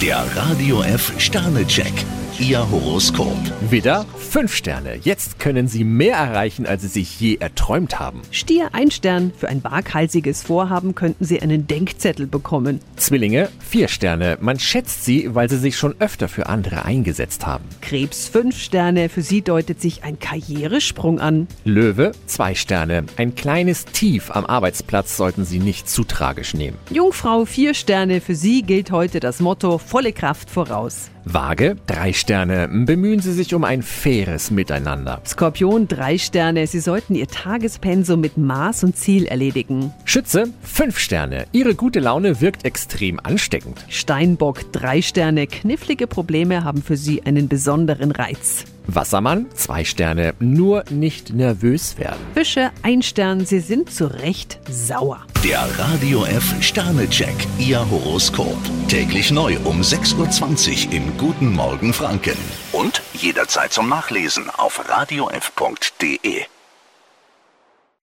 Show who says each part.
Speaker 1: Der Radio F Sternecheck, Ihr Horoskop.
Speaker 2: Widder, 5 Sterne. Jetzt können Sie mehr erreichen, als Sie sich je erträumt haben.
Speaker 3: Stier ein Stern. Für ein waghalsiges Vorhaben könnten Sie einen Denkzettel bekommen.
Speaker 2: Zwillinge, 4 Sterne. Man schätzt Sie, weil Sie sich schon öfter für andere eingesetzt haben.
Speaker 3: Krebs fünf Sterne. Für Sie deutet sich ein Karrieresprung an.
Speaker 2: Löwe, 2 Sterne. Ein kleines Tief am Arbeitsplatz sollten Sie nicht zu tragisch nehmen.
Speaker 3: Jungfrau vier Sterne. Für Sie gilt heute das Motto volle Kraft voraus.
Speaker 2: Waage, 3 Sterne. Bemühen Sie sich um ein faires Miteinander.
Speaker 3: Skorpion drei Sterne. Sie sollten Ihr Tagespensum mit Maß und Ziel erledigen.
Speaker 2: Schütze, 5 Sterne. Ihre gute Laune wirkt extrem ansteckend.
Speaker 3: Steinbock drei Sterne. Knifflige Probleme haben für Sie einen besonderen Reiz.
Speaker 2: Wassermann, 2 Sterne. Nur nicht nervös werden.
Speaker 3: Fische ein Stern. Sie sind zu Recht sauer.
Speaker 1: Der Radio F Sternecheck, Ihr Horoskop. Täglich neu um 6.20 Uhr im Guten Morgen Franken. Und jederzeit zum Nachlesen auf radiof.de.